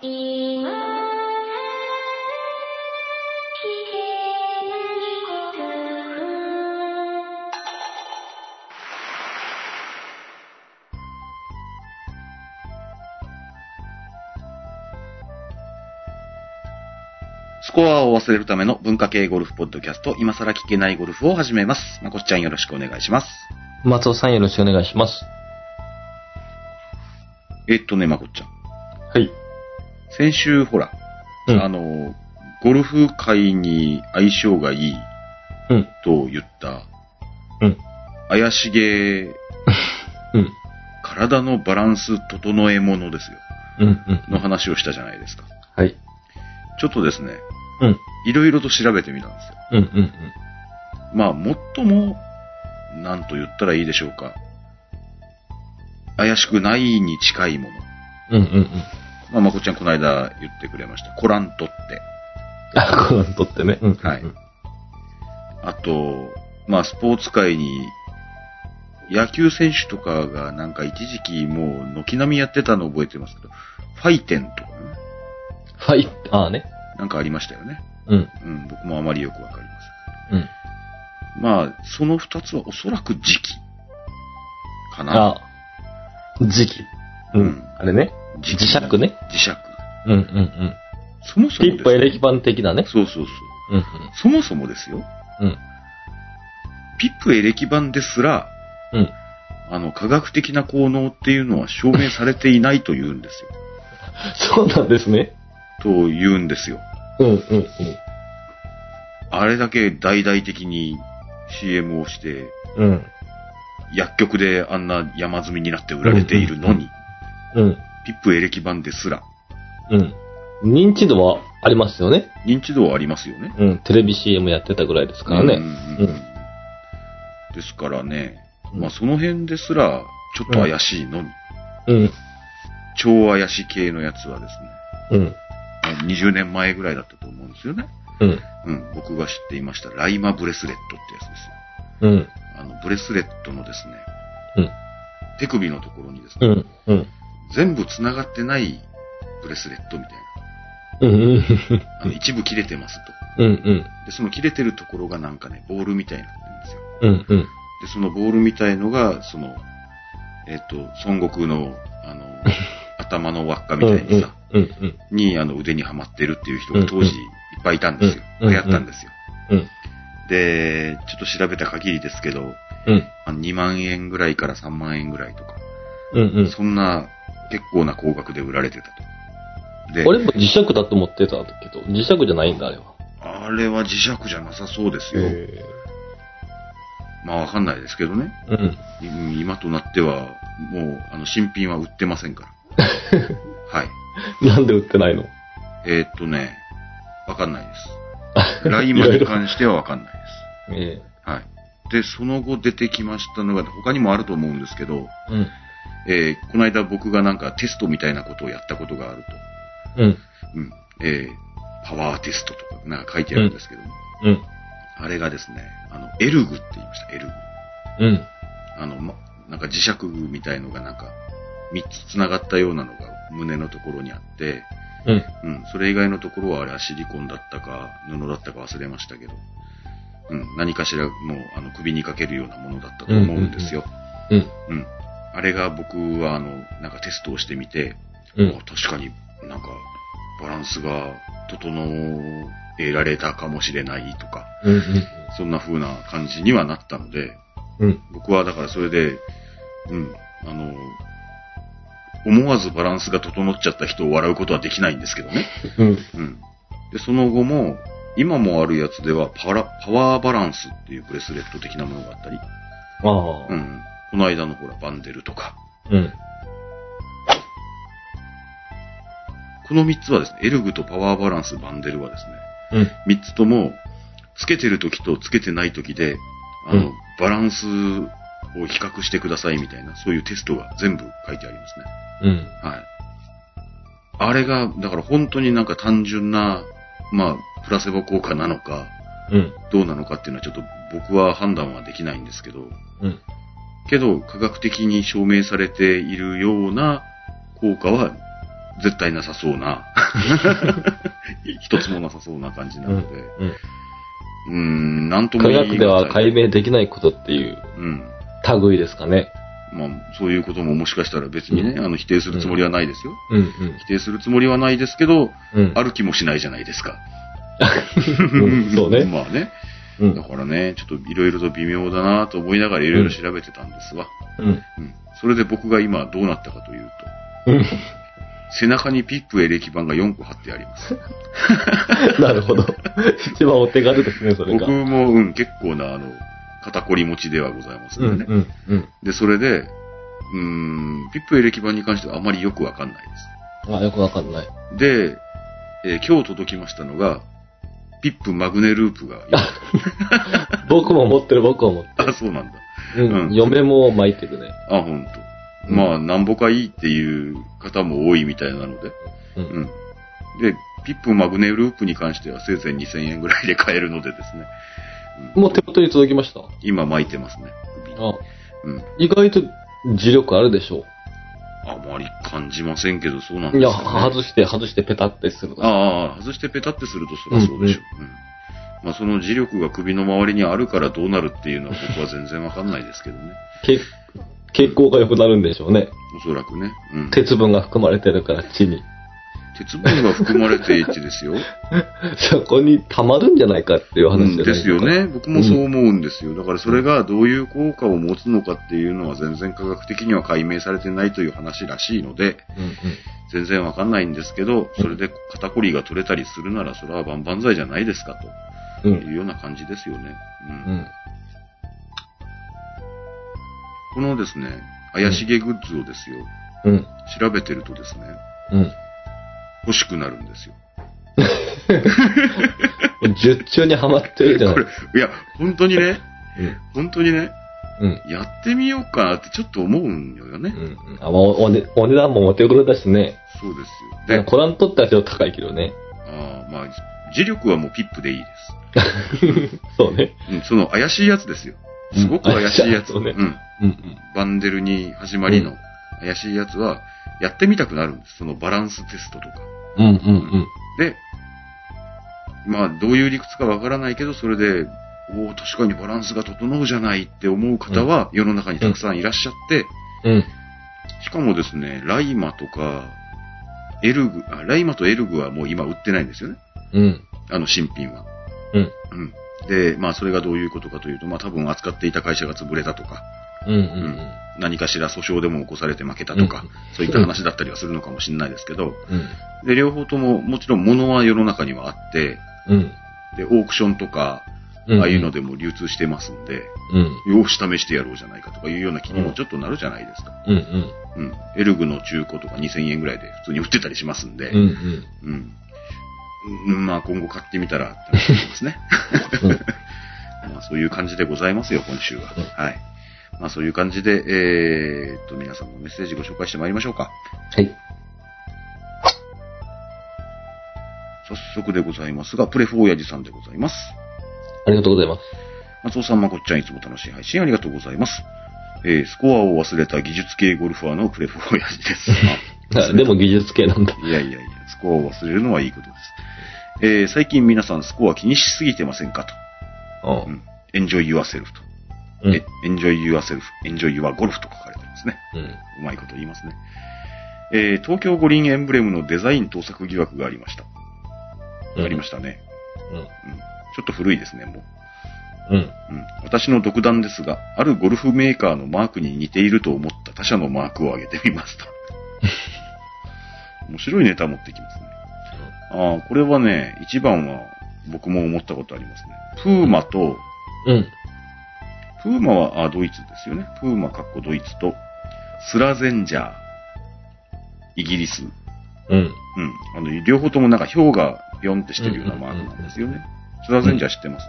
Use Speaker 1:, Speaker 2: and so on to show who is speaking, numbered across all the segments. Speaker 1: 今は聞けないこと
Speaker 2: スコアを忘れるための文化系ゴルフポッドキャスト、今更聞けないゴルフを始めます。まこっちゃんよろしくお願いします。
Speaker 3: 松尾さんよろしくお願いします。
Speaker 2: えっとね、まこっちゃん。
Speaker 3: はい。
Speaker 2: 先週、ほら、
Speaker 3: うん
Speaker 2: あの、ゴルフ界に相性がいい
Speaker 3: うん。
Speaker 2: と言った、
Speaker 3: うん
Speaker 2: 怪し げ、
Speaker 3: うん。
Speaker 2: 体のバランス整えものですよ。
Speaker 3: うん。うん。
Speaker 2: の話をしたじゃないですか。
Speaker 3: はい。
Speaker 2: ちょっとですね、
Speaker 3: うん。
Speaker 2: いろいろと調べてみたんですよ。
Speaker 3: うん。うん。
Speaker 2: まあ、最も、なんと言ったらいいでしょうか。怪しくないに近いもの。
Speaker 3: うん。うん。うん。
Speaker 2: まあ、まこちゃんこの間言ってくれました。コラントって。
Speaker 3: あ、このとってね。うん。
Speaker 2: はい
Speaker 3: うん
Speaker 2: あと、まあ、スポーツ界に、野球選手とかがなんか一時期もう軒並みやってたの覚えてますけど、ファイテンとかね、
Speaker 3: はい。ああね。
Speaker 2: なんかありましたよね。
Speaker 3: うん。
Speaker 2: うん、僕もあまりよくわかりま
Speaker 3: うん。
Speaker 2: せん。まあ、その二つはおそらく時期かな。
Speaker 3: あ時期。う
Speaker 2: うんん。
Speaker 3: あれね。
Speaker 2: 磁
Speaker 3: 磁石。ね。
Speaker 2: 磁石。
Speaker 3: うん。うん。うん。
Speaker 2: そもそもです
Speaker 3: ピッパエレキパン的なね。
Speaker 2: そうそうそう。
Speaker 3: うん。 うん。
Speaker 2: そもそもですよ。
Speaker 3: うん。
Speaker 2: ピップエレキ版ですら、
Speaker 3: うん。
Speaker 2: あの、科学的な効能っていうのは証明されていないと言うんですよ。
Speaker 3: そうなんですね。
Speaker 2: と言うんですよ。
Speaker 3: うん。うん。うん。
Speaker 2: あれだけ大々的に CM をして、
Speaker 3: うん。
Speaker 2: 薬局であんな山積みになって売られているのに、
Speaker 3: うん。
Speaker 2: ピップエレキ版ですら、
Speaker 3: うん。認知度はありますよね。
Speaker 2: 認知度はありますよね。
Speaker 3: うん。テレビ CM やってたぐらいですから
Speaker 2: うん
Speaker 3: ね。
Speaker 2: うんうん
Speaker 3: うん
Speaker 2: ですからね、
Speaker 3: うん
Speaker 2: まあその辺ですら、ちょっと怪しいのに、
Speaker 3: うん。
Speaker 2: 超怪しい系のやつはですね、
Speaker 3: うん。
Speaker 2: 20年前ぐらいだったと思うんですよね。
Speaker 3: うん。
Speaker 2: うん、僕が知っていましたライマブレスレットってやつです
Speaker 3: うん。
Speaker 2: よ。あの、ブレスレットのですね、
Speaker 3: うん
Speaker 2: 手首のところにです
Speaker 3: う
Speaker 2: ね、
Speaker 3: ん。うん。
Speaker 2: 全部繋がってないブレスレットみたい
Speaker 3: うん。うん。
Speaker 2: な、あの一部切れてますと。
Speaker 3: うん。うん。
Speaker 2: で、その切れてるところがなんかね、ボールみたいになってるんですよ。
Speaker 3: うん。うん。
Speaker 2: で、そのボールみたいのが、その、えっ、と、孫悟空の、あ の、頭の輪っかみたいにさ、
Speaker 3: うんうん
Speaker 2: に、あの、腕にはまってるっていう人が当時いっぱいいたんですよ。
Speaker 3: うんうん
Speaker 2: 流行ったんですよ。
Speaker 3: うん
Speaker 2: で、ちょっと調べた限りですけど、
Speaker 3: うん
Speaker 2: あの2万円ぐらいから3万円ぐらいとか、
Speaker 3: うんうん
Speaker 2: そんな結構な高額で売られてたと。で、
Speaker 3: 俺も磁石だと思ってたけど、磁石じゃないんだ、あれは。
Speaker 2: あれは磁石じゃなさそうですよ。まあわかんないですけどね。
Speaker 3: うん。
Speaker 2: うん今となっては、もう、あの、新品は売ってません から。はい。
Speaker 3: なんで売ってないの
Speaker 2: えーっとね、わかんないです。ライマに関してはわかんないです。
Speaker 3: え
Speaker 2: はい。で、その後出てきましたのが、他にもあると思うんですけど、
Speaker 3: えうん。
Speaker 2: えーこの間僕がなんかテストみたいなことをやったことがある
Speaker 3: うん。
Speaker 2: と、うん、えーパワーテストとか、なんか書いてあるんですけど、
Speaker 3: うん。
Speaker 2: あれがですね、あの、エルグって言いました、エルグ。
Speaker 3: うん。
Speaker 2: あの、ま、なんか磁石みたいのがなんか、三つ繋がったようなのが胸のところにあって、
Speaker 3: うん。
Speaker 2: うん、それ以外のところはあれはシリコンだったか、布だったか忘れましたけど、うん、何かしらもうあの首にかけるようなものだったと思うんですよ。
Speaker 3: うん。
Speaker 2: うん。あれが僕はあの、なんかテストをしてみて、
Speaker 3: うん
Speaker 2: あ。確かになんかバランスが整えられたかもしれないとか、
Speaker 3: うん。
Speaker 2: そんな風な感じにはなったので、
Speaker 3: うん。
Speaker 2: 僕はだからそれで、うん、あの、思わずバランスが整っちゃった人を笑うことはできないんですけど ね。
Speaker 3: うん。
Speaker 2: うん。で、その後も、今もあるやつではパラ、パワーバランスっていうブレスレット的なものがあったり、
Speaker 3: ああ
Speaker 2: う。ん。この間のほら、バンデルとか、
Speaker 3: うん。
Speaker 2: この3つはですね、エルグとパワーバランス、バンデルはです
Speaker 3: うん。
Speaker 2: ね、3つとも、つけてる時とつけてない時で、あの、
Speaker 3: うん
Speaker 2: バランスを比較してくださいみたいな、そういうテストが全部書いてありますね。
Speaker 3: うん。
Speaker 2: はい。あれが、だから本当になんか単純な、まあ、プラセボ効果なのか、
Speaker 3: うん。
Speaker 2: どうなのかっていうのはちょっと僕は判断はできないんですけど、
Speaker 3: うん。
Speaker 2: けど科学的に証明されているような効果は絶対なさそうな、一つもなさそうな感じなので、
Speaker 3: うん
Speaker 2: うーん、なんとも
Speaker 3: 科
Speaker 2: 言い
Speaker 3: 学では解
Speaker 2: 難い
Speaker 3: 明できないことっていう
Speaker 2: うん。
Speaker 3: 類ですかね。
Speaker 2: まあ、そういうことももしかしたら別にね、
Speaker 3: うん
Speaker 2: あの、否定するつもりはないですよ。
Speaker 3: うん
Speaker 2: 否定するつもりはないですけど、
Speaker 3: うん。うん。
Speaker 2: ある気もしないじゃないですか。
Speaker 3: うんそう ね。
Speaker 2: まあね。
Speaker 3: うん
Speaker 2: だ。からね、ちょっといろいろと微妙だなと思いながらいろいろ調べてたんですわ。
Speaker 3: うん。
Speaker 2: うん。それで僕が今どうなったかというと、
Speaker 3: うん。
Speaker 2: 背中にピップエレキ板が4個貼ってあります。
Speaker 3: なるほど。一番お手軽ですね、それが。
Speaker 2: 僕も、うん、結構な、あの、肩こり持ちではございます
Speaker 3: う
Speaker 2: の
Speaker 3: ん
Speaker 2: でね。
Speaker 3: うんうん。
Speaker 2: で、それで、うーん、ピップエレキ板に関してはあまりよくわかんない
Speaker 3: あ、よくわかんない。
Speaker 2: です。で、えー今日届きましたのが、ピップマグネループ が、
Speaker 3: 僕も持ってる、僕も持って
Speaker 2: あ、そうなんだ。
Speaker 3: る。う
Speaker 2: うん
Speaker 3: ん。嫁も巻いてるね。
Speaker 2: あ、ほんと。
Speaker 3: うん
Speaker 2: まあ、なんぼかいいっていう方も多いみたいなので。
Speaker 3: う。
Speaker 2: うんん。で、ピップマグネループに関してはせいぜい2000円ぐらいで買えるのでですね。うん
Speaker 3: もう手元に届きました。
Speaker 2: 今巻いてますね。首に
Speaker 3: あ、
Speaker 2: うん。
Speaker 3: 意外と磁力あるでしょ
Speaker 2: あまり感じませんけど、そうなん
Speaker 3: う。
Speaker 2: で
Speaker 3: い
Speaker 2: す
Speaker 3: や、
Speaker 2: よ、ね。
Speaker 3: 外して、外してペタってするの。
Speaker 2: ああ、外してペタってするとそりゃそうでしょ。うんまあ、その磁力が首の周りにあるからどうなるっていうのは僕は全然わかんないですけどね。
Speaker 3: け血行が良くなるんでしょうね。
Speaker 2: おそらくね。うん、
Speaker 3: 鉄分が含まれてるから、血に。
Speaker 2: 鉄分が含まれていてですよ。
Speaker 3: そこに溜まるんじゃないかっていう
Speaker 2: う
Speaker 3: 話じ
Speaker 2: ん
Speaker 3: ゃない
Speaker 2: ですよ。ね。僕もそう思うんですよ。だからそれがどういう効果を持つのかっていうのは全然科学的には解明されてないという話らしいので、
Speaker 3: うんうん。
Speaker 2: 全然わかんないんですけど、それで肩こりが取れたりするならそれは万々歳じゃないですか
Speaker 3: う
Speaker 2: と
Speaker 3: ん。
Speaker 2: いうような感じですよね。うん
Speaker 3: うん。
Speaker 2: このですね、怪しげグッズをですよ、
Speaker 3: うん。
Speaker 2: 調べてるとですね、
Speaker 3: うん。
Speaker 2: 欲しくなるんですよ。
Speaker 3: 十中にはまってるじゃない
Speaker 2: これ、いや、本当にね、本当にね、
Speaker 3: うん。
Speaker 2: やってみようかなってちょっと思うんよ
Speaker 3: う
Speaker 2: ね。
Speaker 3: ん。うん。あ、まあお、おね、お値段もお手頃だしね。
Speaker 2: そうですよ。で、
Speaker 3: コランとってはちょっと高いけどね。
Speaker 2: あーまあ、磁力はもうピップでいいです。
Speaker 3: そうね。
Speaker 2: うん、 その怪しいやつですよ。すごく怪しい やつ。
Speaker 3: う
Speaker 2: うんん、
Speaker 3: 怪しいやうん
Speaker 2: バンデルに始まり
Speaker 3: う
Speaker 2: の怪しいやつは、やってみたくなるんです。そのバランステストとか。
Speaker 3: うん。うんうん
Speaker 2: で、まあ、どういう理屈かわからないけど、それで、おお、確かにバランスが整うじゃないって思う方は、世の中にたくさんいらっしゃって、
Speaker 3: うん。うん。
Speaker 2: しかもですね、ライマとか、エルグ、あ、ライマとエルグはもう今売ってないんですよね。
Speaker 3: うん。
Speaker 2: あの、新品は。
Speaker 3: うん。
Speaker 2: うん。で、まあ、それがどういうことかというと、まあ、多分扱っていた会社が潰れたとか、
Speaker 3: うんうん
Speaker 2: 何かしら訴訟でも起こされて負けたとか、
Speaker 3: うん
Speaker 2: そういった話だったりはするのかもしれないですけど、
Speaker 3: うん。うん
Speaker 2: で、両方とも、もちろん物は世の中にはあって、
Speaker 3: うん。
Speaker 2: で、オークションとか、
Speaker 3: うん。
Speaker 2: ああいうのでも流通してますんで、
Speaker 3: うん。
Speaker 2: よし試してやろうじゃないかとかいうような気にもちょっとなるじゃないですか。
Speaker 3: うんうん。
Speaker 2: うん。エルグの中古とか2000円ぐらいで普通に売ってたりしますんで、
Speaker 3: うんうん。
Speaker 2: うん。うんまあ今後買ってみたらって思います ね。
Speaker 3: うん
Speaker 2: まあそういう感じでございますよ、今週は。
Speaker 3: うん
Speaker 2: はい。まあそういう感じで、えーっと、皆さんのメッセージご紹介してまいりましょうか。
Speaker 3: はい。
Speaker 2: 早速でございますが、プレフォーヤジさんでございます。
Speaker 3: ありがとうございます。
Speaker 2: 松尾さん、まこっちゃん、いつも楽しい配信ありがとうございます。えー、スコアを忘れた技術系ゴルファーのプレフォーヤジ です。
Speaker 3: あでも技術系なんだ。
Speaker 2: いやいやいや、スコアを忘れるのはいいことです。えー、最近皆さんスコア気にしすぎてませんかと。
Speaker 3: う
Speaker 2: enjoy yourself と。
Speaker 3: ん。
Speaker 2: え、enjoy yourself, enjoy your golf と書かれてますね。
Speaker 3: うん。
Speaker 2: うまいこと言いますね。えー東京五輪エンブレムのデザイン盗作疑惑がありました。
Speaker 3: うん
Speaker 2: ありましたね。
Speaker 3: うん。
Speaker 2: うん。ちょっと古いですね、もう。
Speaker 3: うん。
Speaker 2: うん。私の独断ですが、あるゴルフメーカーのマークに似ていると思った他社のマークを挙げてみま した。面白いネタ持ってきますね。ああ、これはね、一番は僕も思ったことありますね。プーマと、
Speaker 3: うん。
Speaker 2: プーマは、あ、ドイツですよね。プーマかっこドイツと、スラゼンジャー、イギリス。うん。
Speaker 3: うん。
Speaker 2: あの、両方ともなんか氷がビョンってしてるようなマークなんですよね。スラゼンジャー知ってます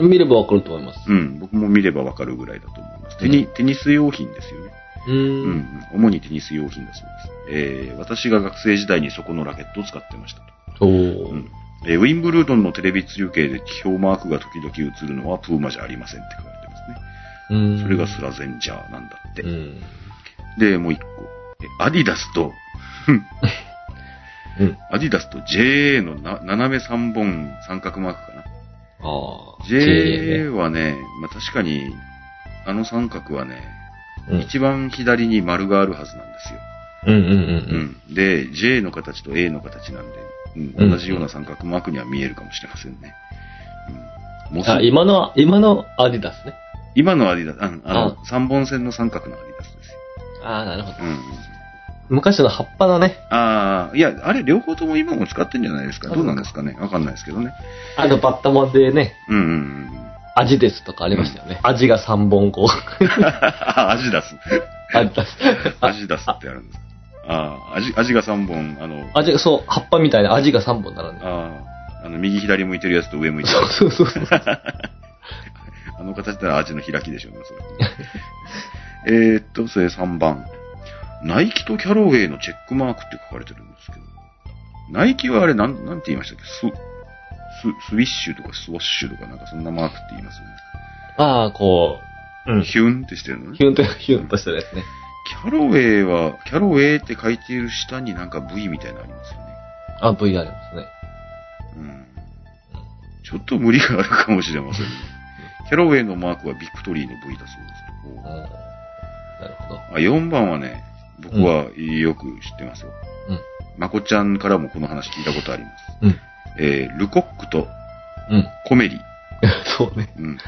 Speaker 3: 見ればわかると思います。
Speaker 2: うん。僕も見ればわかるぐらいだと思います。テニ、テニス用品ですよね。
Speaker 3: う
Speaker 2: うん
Speaker 3: ん。
Speaker 2: うん。主にテニス用品だそうです。えー、私が学生時代にそこのラケットを使ってましたと。
Speaker 3: お
Speaker 2: う
Speaker 3: ー
Speaker 2: ん。えーウィンブルドンのテレビ中継で気表マークが時々映るのはプーマじゃありませんって書かれてますね。
Speaker 3: うん。
Speaker 2: それがスラゼンジャーなんだって。
Speaker 3: うん。
Speaker 2: で、もう一個。えアディダスと、
Speaker 3: うん。
Speaker 2: アディダスと JA のな斜め3本三角マークかな。
Speaker 3: ああ。
Speaker 2: JA
Speaker 3: ね。
Speaker 2: はね、まあ、確かに、あの三角はね、
Speaker 3: うん。
Speaker 2: 一番左に丸があるはずなんですよ。
Speaker 3: うんうん
Speaker 2: うん。で、J の形と A の形なんで、う、
Speaker 3: うんん
Speaker 2: 同じような三角マークには見えるかもしれませんね。うん、
Speaker 3: う
Speaker 2: も
Speaker 3: ん。
Speaker 2: うす
Speaker 3: あ、今のは、今のアディダスね。
Speaker 2: 今のアディダス、ああの、
Speaker 3: う
Speaker 2: 三本線の三角のアディダスですよ。
Speaker 3: ああ、なるほど。
Speaker 2: うん。
Speaker 3: 昔の葉っぱだね。
Speaker 2: ああ、いや、あれ両方とも今も使ってんじゃないですか。
Speaker 3: あ
Speaker 2: どうなんですかね。わかんないですけどね。
Speaker 3: あのバッタモンでね、
Speaker 2: うんうんうん。
Speaker 3: アジですとかありましたよね。アジが3本こう。
Speaker 2: あアジダス。
Speaker 3: アジダス。
Speaker 2: アジダスってあるんですか。ああ、アジ、アジが3本、あの、
Speaker 3: アジが、そう、葉っぱみたいなアジが3本並んでる。
Speaker 2: ああ、あの、右左向いてるやつと上向いてるやつ。
Speaker 3: そうそうそうそう。
Speaker 2: あの形なら味の開きでしょうね、 それ。えーっと、それ3番。ナイキとキャロウェイのチェックマークって書かれてるんですけど。ナイキはあれ、なん、なんて言いましたっけス、ス、スウィッシュとかスウォッシュとかなんかそんなマークって言いますよね。
Speaker 3: ああ、こう、うん。
Speaker 2: ヒュンってしてるのね。
Speaker 3: ヒュンと、ヒュンとしてるやつね。
Speaker 2: キャロウェイは、キャロウェイって書いている下になんか V みたいなのありますよね。
Speaker 3: あ、V ありますね。
Speaker 2: うん。ちょっと無理があるかもしれませんね。キャロウェイのマークはビクトリーの V だそうです。
Speaker 3: うん。なるほど。
Speaker 2: あ、4番はね、僕はよく知ってますよ。
Speaker 3: うん。
Speaker 2: まこちゃんからもこの話聞いたことあります。
Speaker 3: うん。
Speaker 2: えールコックと
Speaker 3: うん。
Speaker 2: コメリ。
Speaker 3: そうね。
Speaker 2: うん。
Speaker 3: うん。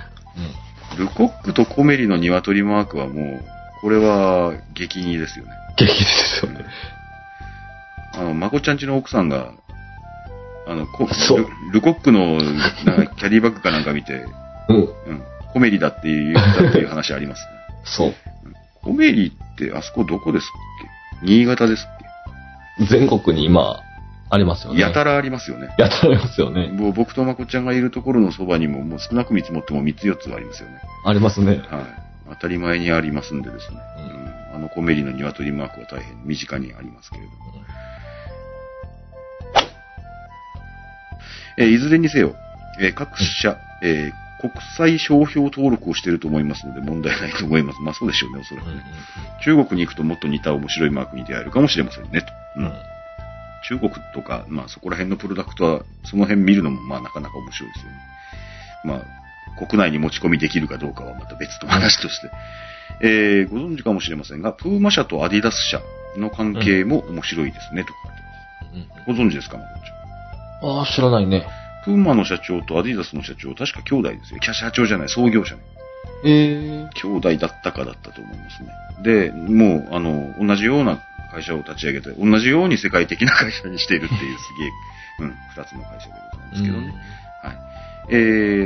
Speaker 2: ルコックとコメリの鶏マークはもう、これは激似ですよね。
Speaker 3: 激烈ですよね。
Speaker 2: あの、まこちゃんちの奥さんが、あの、こ
Speaker 3: そう
Speaker 2: ルルコックのなんかキャディバッグかなんか見て、
Speaker 3: うん。
Speaker 2: うん、コメリだって言ったっていう話あります、ね。
Speaker 3: そう。
Speaker 2: コメリってあそこどこですっけ新潟ですっ
Speaker 3: 全国に今、あります
Speaker 2: け、
Speaker 3: よね。
Speaker 2: やたらありますよね。
Speaker 3: やたらありますよね。
Speaker 2: もう僕とまこちゃんがいるところのそばにも、もう少なく見積もっても3つ4つはありますよね。
Speaker 3: ありますね。
Speaker 2: はい。当たり前にありますんでですね。
Speaker 3: う
Speaker 2: うん、あのコメリの鶏マークは大変身近にありますけれども。えーいずれにせよ、えー各社、えー国際商標登録をしていると思いますので問題ないと思います。まあそうでしょうね、おそらく
Speaker 3: うん
Speaker 2: ね。中国に行くともっと似た面白いマークに出会えるかもしれませんね、と。う
Speaker 3: うんうん
Speaker 2: ん。中国とか、まあそこら辺のプロダクトは、その辺見るのもまあなかなか面白いですよね。まあ、国内に持ち込みできるかどうかはまた別の話として。えー、ご存知かもしれませんが、プーマ社とアディダス社の関係も面白いですね、と書いて
Speaker 3: うん
Speaker 2: ます。ご存知ですか、まこちゃん
Speaker 3: ああ、知らないね。
Speaker 2: プーマの社長とアディダスの社長、確か兄弟ですよ。キャ社長じゃない、創業者ね。
Speaker 3: ええ。
Speaker 2: 兄弟だったかだったと思いますね。で、もう、あの、同じような会社を立ち上げて、同じように世界的な会社にしている っていう、すげえ、うん、二つの会社でございますけどね。はい。え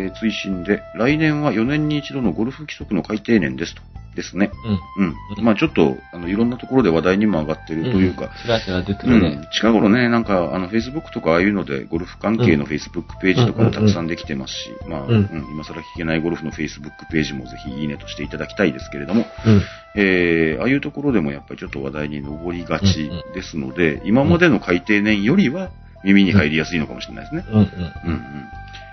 Speaker 2: ー、追伸で、来年は4年に一度のゴルフ規則の改定年ですと。ですね。
Speaker 3: うん。うん。
Speaker 2: うん。まあちょっと、あの、いろんなところで話題にも上がってるというか、
Speaker 3: ちらちら出て
Speaker 2: う
Speaker 3: るね。
Speaker 2: ん、近頃ね、なんか、あの、Facebook とかああいうので、ゴルフ関係の Facebook ページとか
Speaker 3: うん
Speaker 2: も
Speaker 3: うん
Speaker 2: たくさんできてますし、まあ、
Speaker 3: う
Speaker 2: うんん、今更聞けないゴルフの Facebook ページもぜひいいねとしていただきたいですけれども、
Speaker 3: うん。
Speaker 2: えー、ああいうところでもやっぱりちょっと話題に上りがちですので、今までの改定年よりは耳に入りやすいのかもしれないですね。
Speaker 3: うん。うん。
Speaker 2: うんうん。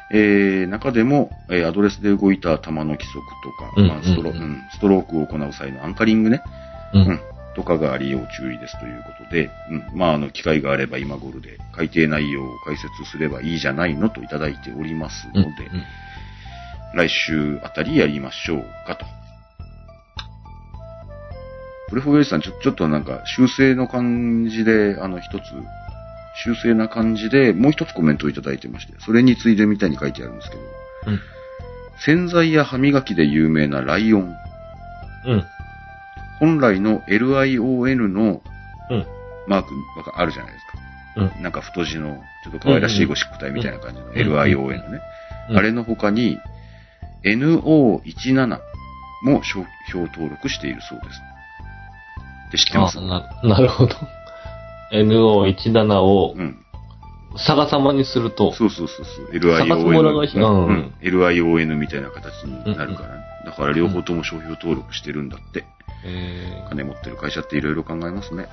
Speaker 2: えー、中でも、えーアドレスで動いた球の規則とか、
Speaker 3: うん
Speaker 2: まあストロ
Speaker 3: うん
Speaker 2: う
Speaker 3: うん
Speaker 2: んストロークを行う際のアンカリングね、
Speaker 3: う
Speaker 2: うん
Speaker 3: ん。
Speaker 2: とかがあり要注意ですということで、うん、まあ、あの、機会があれば今頃で改定内容を解説すればいいじゃないのといただいておりますので、
Speaker 3: うん
Speaker 2: 来週あたりやりましょうかと。プレフォゲージさん、ちょ、ちょっとなんか、修正の感じで、あの、一つ、修正な感じで、もう一つコメントをいただいてまして、それについでみたいに書いてあるんですけど、
Speaker 3: うん
Speaker 2: 洗剤や歯磨きで有名なライオン。
Speaker 3: うん。
Speaker 2: 本来の LION の
Speaker 3: うん
Speaker 2: マークがあるじゃないですか。なんか太字の、ちょっと可愛らしいゴシック体みたいな感じの
Speaker 3: うんうん
Speaker 2: LION
Speaker 3: うん
Speaker 2: ね。
Speaker 3: うん
Speaker 2: あれの他に NO17 も商標登録しているそうです。って知ってます
Speaker 3: あななるほど。NO17 を
Speaker 2: うん。
Speaker 3: 逆さまにすると、
Speaker 2: そうそうそうそう。
Speaker 3: 探すものの
Speaker 2: LION
Speaker 3: 日。う
Speaker 2: う
Speaker 3: ん。うんん。
Speaker 2: LION みたいな形になるからね。だから両方とも商標登録してるんだって。
Speaker 3: えー
Speaker 2: 金持ってる会社っていろいろ考えますね。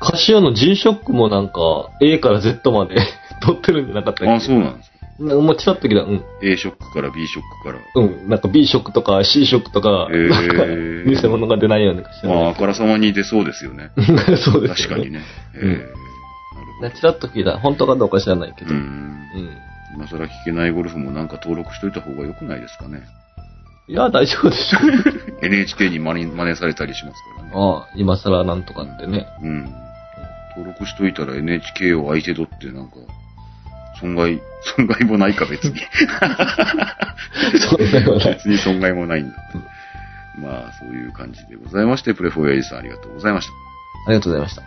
Speaker 3: カシオの G-SHOCK もなんか、A から Z まで 撮ってるんじゃなかったっけ
Speaker 2: あ、そうなんですか。
Speaker 3: なもうちらっと聞いた。うん。
Speaker 2: A ショックから B ショックから。
Speaker 3: うん。なんか B-SHOCK とか C-SHOCK とか、
Speaker 2: えー
Speaker 3: なんか、偽物が出ないようにかして
Speaker 2: まあ、あからさまに出そうですよね。
Speaker 3: そうです
Speaker 2: 確か
Speaker 3: よ
Speaker 2: に
Speaker 3: ね。
Speaker 2: ね。えー
Speaker 3: うん
Speaker 2: なるほどこと
Speaker 3: ね、ちらっと聞いた。本当かどうか知らないけど。
Speaker 2: う
Speaker 3: うん。
Speaker 2: ん。今更聞けないゴルフもなんか登録しといた方が良くないですかね。
Speaker 3: いや、大丈夫でしょ。
Speaker 2: NHK に真似真似されたりしますからね。
Speaker 3: ああ、今更なんとかってね。
Speaker 2: うん。登録しといたら NHK を相手取ってなんか、損害、 損害もないか別 に。
Speaker 3: そんなよ うな。
Speaker 2: 別に損害もないんだ。まあ、そういう感じでございまして、プレフォーエイジさんありがとうございました。
Speaker 3: ありがとうございました。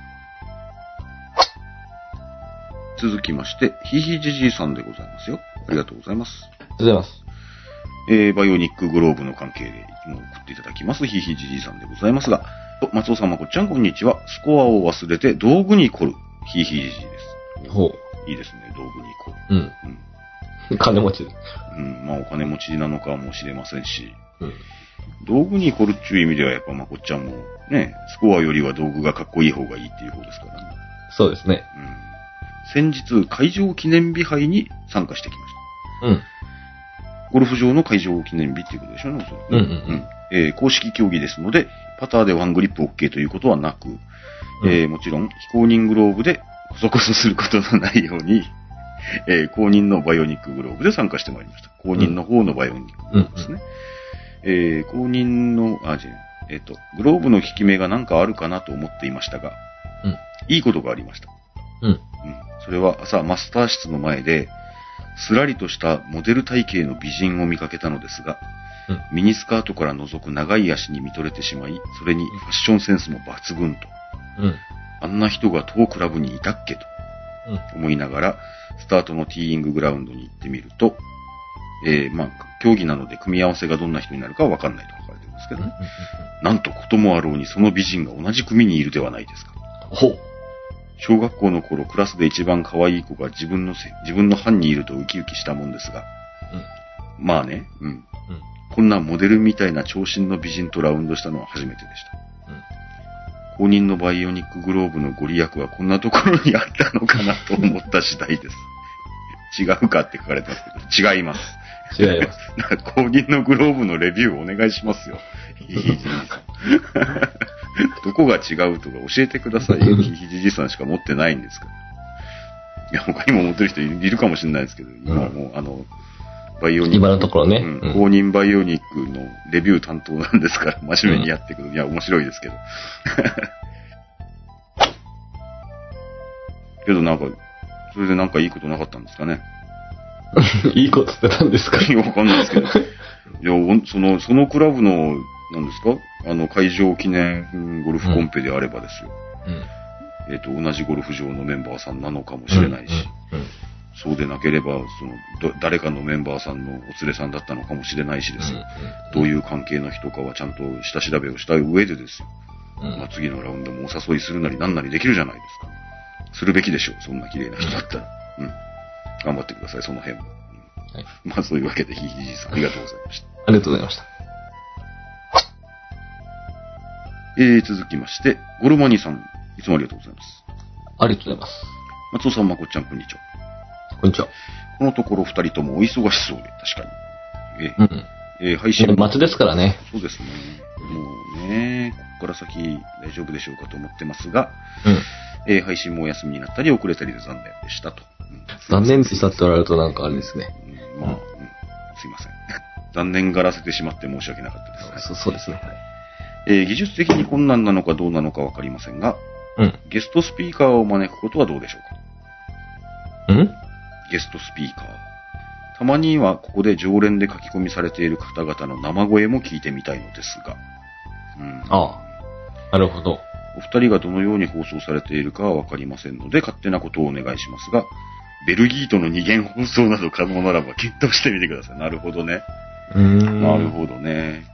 Speaker 2: 続きまして、ヒヒジジイさんでございますよ。ありがとうございます。
Speaker 3: ありがとうございます。
Speaker 2: えー、バイオニックグローブの関係でいつも送っていただきます、ヒヒジジイさんでございますが、と松尾さん、まこっちゃん、こんにちは。スコアを忘れて道具に凝る、ヒヒジジイです。
Speaker 3: ほ
Speaker 2: いいですね、道具に凝る。
Speaker 3: う。うん。
Speaker 2: うん。
Speaker 3: 金持ちで。
Speaker 2: うん、まあ、お金持ちなのかもしれませんし、
Speaker 3: うん。
Speaker 2: 道具に凝るっていう意味では、やっぱまこっちゃんも、ね、スコアよりは道具がかっこいい方がいいっていう方ですからね。
Speaker 3: そうですね。
Speaker 2: うん。先日、会場記念日杯に参加してきました。
Speaker 3: うん。
Speaker 2: ゴルフ場の会場記念日っていうことでしょうね、おそらく
Speaker 3: うん
Speaker 2: ね
Speaker 3: うんうん
Speaker 2: えー公式競技ですので、パターでワングリップ OK ということはなく、えーもちろん、非公認グローブでこそこそすることのないように、えー公認のバイオニックグローブで参加してまいりました。公認の方のバイオニックグローブですね。えー公認の、あ、じゃあえっ、と、グローブの効き目が何かあるかなと思っていましたが、
Speaker 3: うん
Speaker 2: いいことがありました。
Speaker 3: うん
Speaker 2: それは朝、マスター室の前で、すらりとしたモデル体型の美人を見かけたのですが、
Speaker 3: うん
Speaker 2: ミニスカートから覗く長い足に見とれてしまい、それにファッションセンスも抜群と、
Speaker 3: うん。
Speaker 2: あんな人が当クラブにいたっけと
Speaker 3: うん。
Speaker 2: 思いながら、スタートのティーインググラウンドに行ってみると、えー、まあ、競技なので組み合わせがどんな人になるかはわかんないと書かれてるんですけどね。なんとこともあろうにその美人が同じ組にいるではないですか。
Speaker 3: ほう。
Speaker 2: 小学校の頃クラスで一番可愛い子が自分のせ、自分の班にいるとウキウキしたもんですが。まあね、うん。こんなモデルみたいな長身の美人とラウンドしたのは初めてでした。公認のバイオニックグローブのご利益はこんなところにあったのかなと思った次第です。違うかって書かれてますけど、違います。
Speaker 3: うん。違います。
Speaker 2: だ から公認のグローブのレビューお願いしますよ。ひひじじさん どこが違うとか教えてくださいよ。ひひじじさんしか持ってないんですから。いや、他にも持ってる人いるいるかもしれないですけど、今はもう、あの、バイオニック。
Speaker 3: 今のところね。
Speaker 2: うん、公認バイオニックのレビュー担当なんですから、真面目にやっていくと、いや、面白いですけど。 けどなんか、それでなんかいいことなかったんですかね。
Speaker 3: いいことって何ですか
Speaker 2: いやわかんないですけど。いや、おんその、そのクラブの、なんですかあの、会場記念ゴルフコンペであればですよ。えっ、と、同じゴルフ場のメンバーさんなのかもしれないし、。そうでなければ、その、ど誰かのメンバーさんのお連れさんだったのかもしれないしですよ。どういう関係の人かはちゃんと下調べをした上でですよ。まあ、次のラウンドもお誘いするなりなんなりできるじゃないですか。するべきでしょう、そんな綺麗な人だったら。うん。頑張ってください、その辺も。うん
Speaker 3: はい
Speaker 2: まあ、そういうわけで、ひいひいじいさん、ありがとうございました。
Speaker 3: ありがとうございました。
Speaker 2: えー、続きまして、ゴルマニーさん、いつもありがとうございます。
Speaker 3: ありがとうございます。
Speaker 2: 松尾さん、まこっちゃん、こんにちは。
Speaker 3: こんにちは。
Speaker 2: このところ二人ともお忙しそうで、確かに。え
Speaker 3: うん。
Speaker 2: ーえー配信も
Speaker 3: 松ですからね。
Speaker 2: そうですね。もうね、ここから先大丈夫でしょうかと思ってますが、
Speaker 3: うん。
Speaker 2: えー配信もお休みになったり遅れたりで残念でしたと。うん
Speaker 3: 残念でしたって言われるとなんかあれですね。
Speaker 2: うんまあ、うんすいません。 残念がらせてしまって申し訳なかったです。
Speaker 3: そうそうですね。
Speaker 2: えー技術的に困難なのかどうなのかわかりませんが、
Speaker 3: うん。
Speaker 2: ゲストスピーカーを招くことはどうでしょうか
Speaker 3: うん
Speaker 2: ゲストスピーカー。たまにはここで常連で書き込みされている方々の生声も聞いてみたいのですが、うん、
Speaker 3: ああ。なるほど。
Speaker 2: お二人がどのように放送されているかはわかりませんので、勝手なことをお願いしますが、ベルギーとの二元放送など可能ならば検討してみてください。なるほどね。
Speaker 3: うーん
Speaker 2: なるほどね。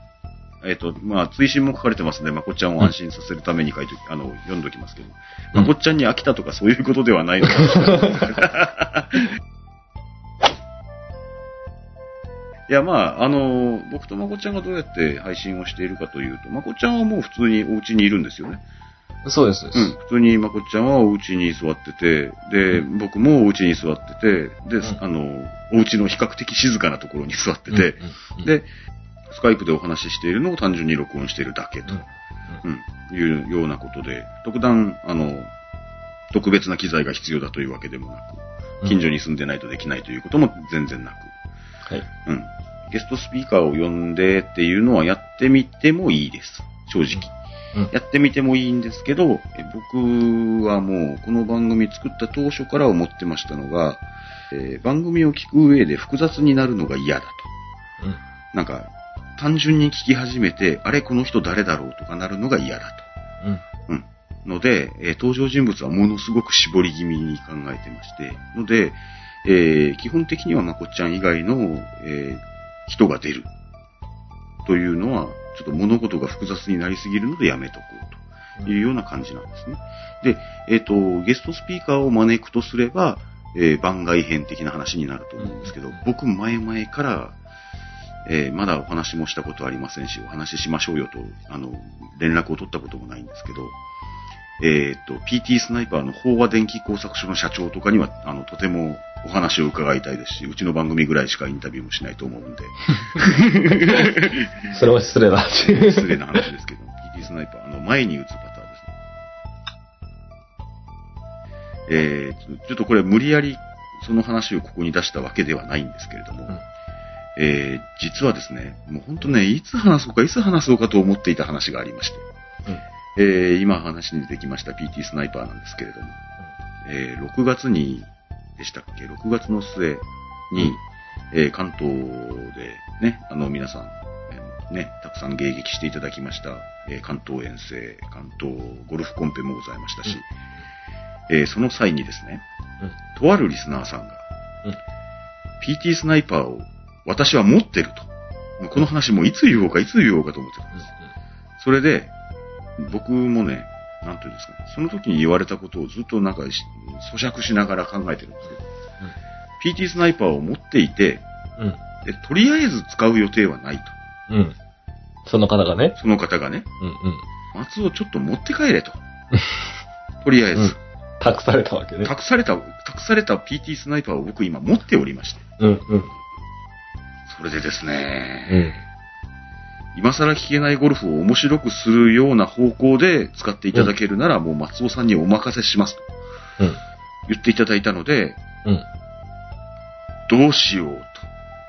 Speaker 2: えっ、と、まあ、追伸も書かれてますので、まこっちゃんを安心させるために書いとき、あの、読んどきますけど、
Speaker 3: うん
Speaker 2: まこっちゃんに飽きたとかそういうことではないのでいや、まあ、あの、僕とまこっちゃんがどうやって配信をしているかというと、まこっちゃんはもう普通にお家にいるんですよね。
Speaker 3: そうです。そうで
Speaker 2: うん、普通にまこっちゃんはお家に座ってて、で、
Speaker 3: う
Speaker 2: 僕もお家に座ってて、で、
Speaker 3: ん
Speaker 2: あの、お家の比較的静かなところに座って
Speaker 3: す
Speaker 2: て、、
Speaker 3: うんうん
Speaker 2: で、スカイプでお話ししているのを単純に録音しているだけと、
Speaker 3: うん
Speaker 2: うんいうようなことで、特段、あの、特別な機材が必要だというわけでもなく、近所に住んでないとできないということも全然なく、
Speaker 3: はい。
Speaker 2: うん。ゲストスピーカーを呼んでっていうのはやってみてもいいです。正直。
Speaker 3: うんうん
Speaker 2: やってみてもいいんですけど、え僕はもうこの番組作った当初から思ってましたのが、えー番組を聞く上で複雑になるのが嫌だと。
Speaker 3: うん。
Speaker 2: なんか、単純に聞き始めて、あれこの人誰だろうとかなるのが嫌だ
Speaker 3: うん。
Speaker 2: と。ので、えー登場人物はものすごく絞り気味に考えてまして、ので、えー基本的にはまこっちゃん以外の、えー人が出る。というのは、ちょっと物事が複雑になりすぎるのでやめとこうというような感じなんですね。で、えっ、と、ゲストスピーカーを招くとすれば、えー番外編的な話になると思うんですけど、僕前々から、えーまだお話もしたことありませんし、お話ししましょうよと、あの、連絡を取ったこともないんですけど、えっ、と、PT スナイパーの飽和電気工作所の社長とかには、あの、とてもお話を伺いたいですし、うちの番組ぐらいしかインタビューもしないと思うんで、
Speaker 3: それは失礼だ。
Speaker 2: 失礼な話ですけど、PT スナイパー、あの、前に打つパターンですね。えー、ちょちょっとこれ無理やりその話をここに出したわけではないんですけれども、
Speaker 3: うん
Speaker 2: えー、実はですね、もう本当ね、いつ話そうか、いつ話そうかと思っていた話がありまして、えー、今話に出てきました PT スナイパーなんですけれども、えー、6月に、でしたっけ、6月の末に、えー関東でね、あの皆さん、えーね、たくさん迎撃していただきました、えー関東遠征、関東ゴルフコンペもございましたし、えーその際にですね、とあるリスナーさんが、
Speaker 3: うん
Speaker 2: PT スナイパーを私は持ってると。もうこの話もういつ言おうかいつ言おうかと思ってたんです。それで、僕もね、なんていうんですかね、その時に言われたことをずっとなんかし咀嚼しながら考えてるんですけど、PT スナイパーを持っていて、
Speaker 3: うん。うん。
Speaker 2: でとりあえず使う予定はないと。
Speaker 3: うん。うん。その方がね。
Speaker 2: その方がね、
Speaker 3: うんうん。
Speaker 2: 松をちょっと持って帰れ と。とりあえず、
Speaker 3: うん託されたわけね。
Speaker 2: 託された、託された PT スナイパーを僕今持っておりまして。
Speaker 3: うんうん。
Speaker 2: それでですね、
Speaker 3: うん。
Speaker 2: 今更聞けないゴルフを面白くするような方向で使っていただけるなら、もう松尾さんにお任せしますと
Speaker 3: うん。
Speaker 2: 言っていただいたので、
Speaker 3: うん。
Speaker 2: どうしようと。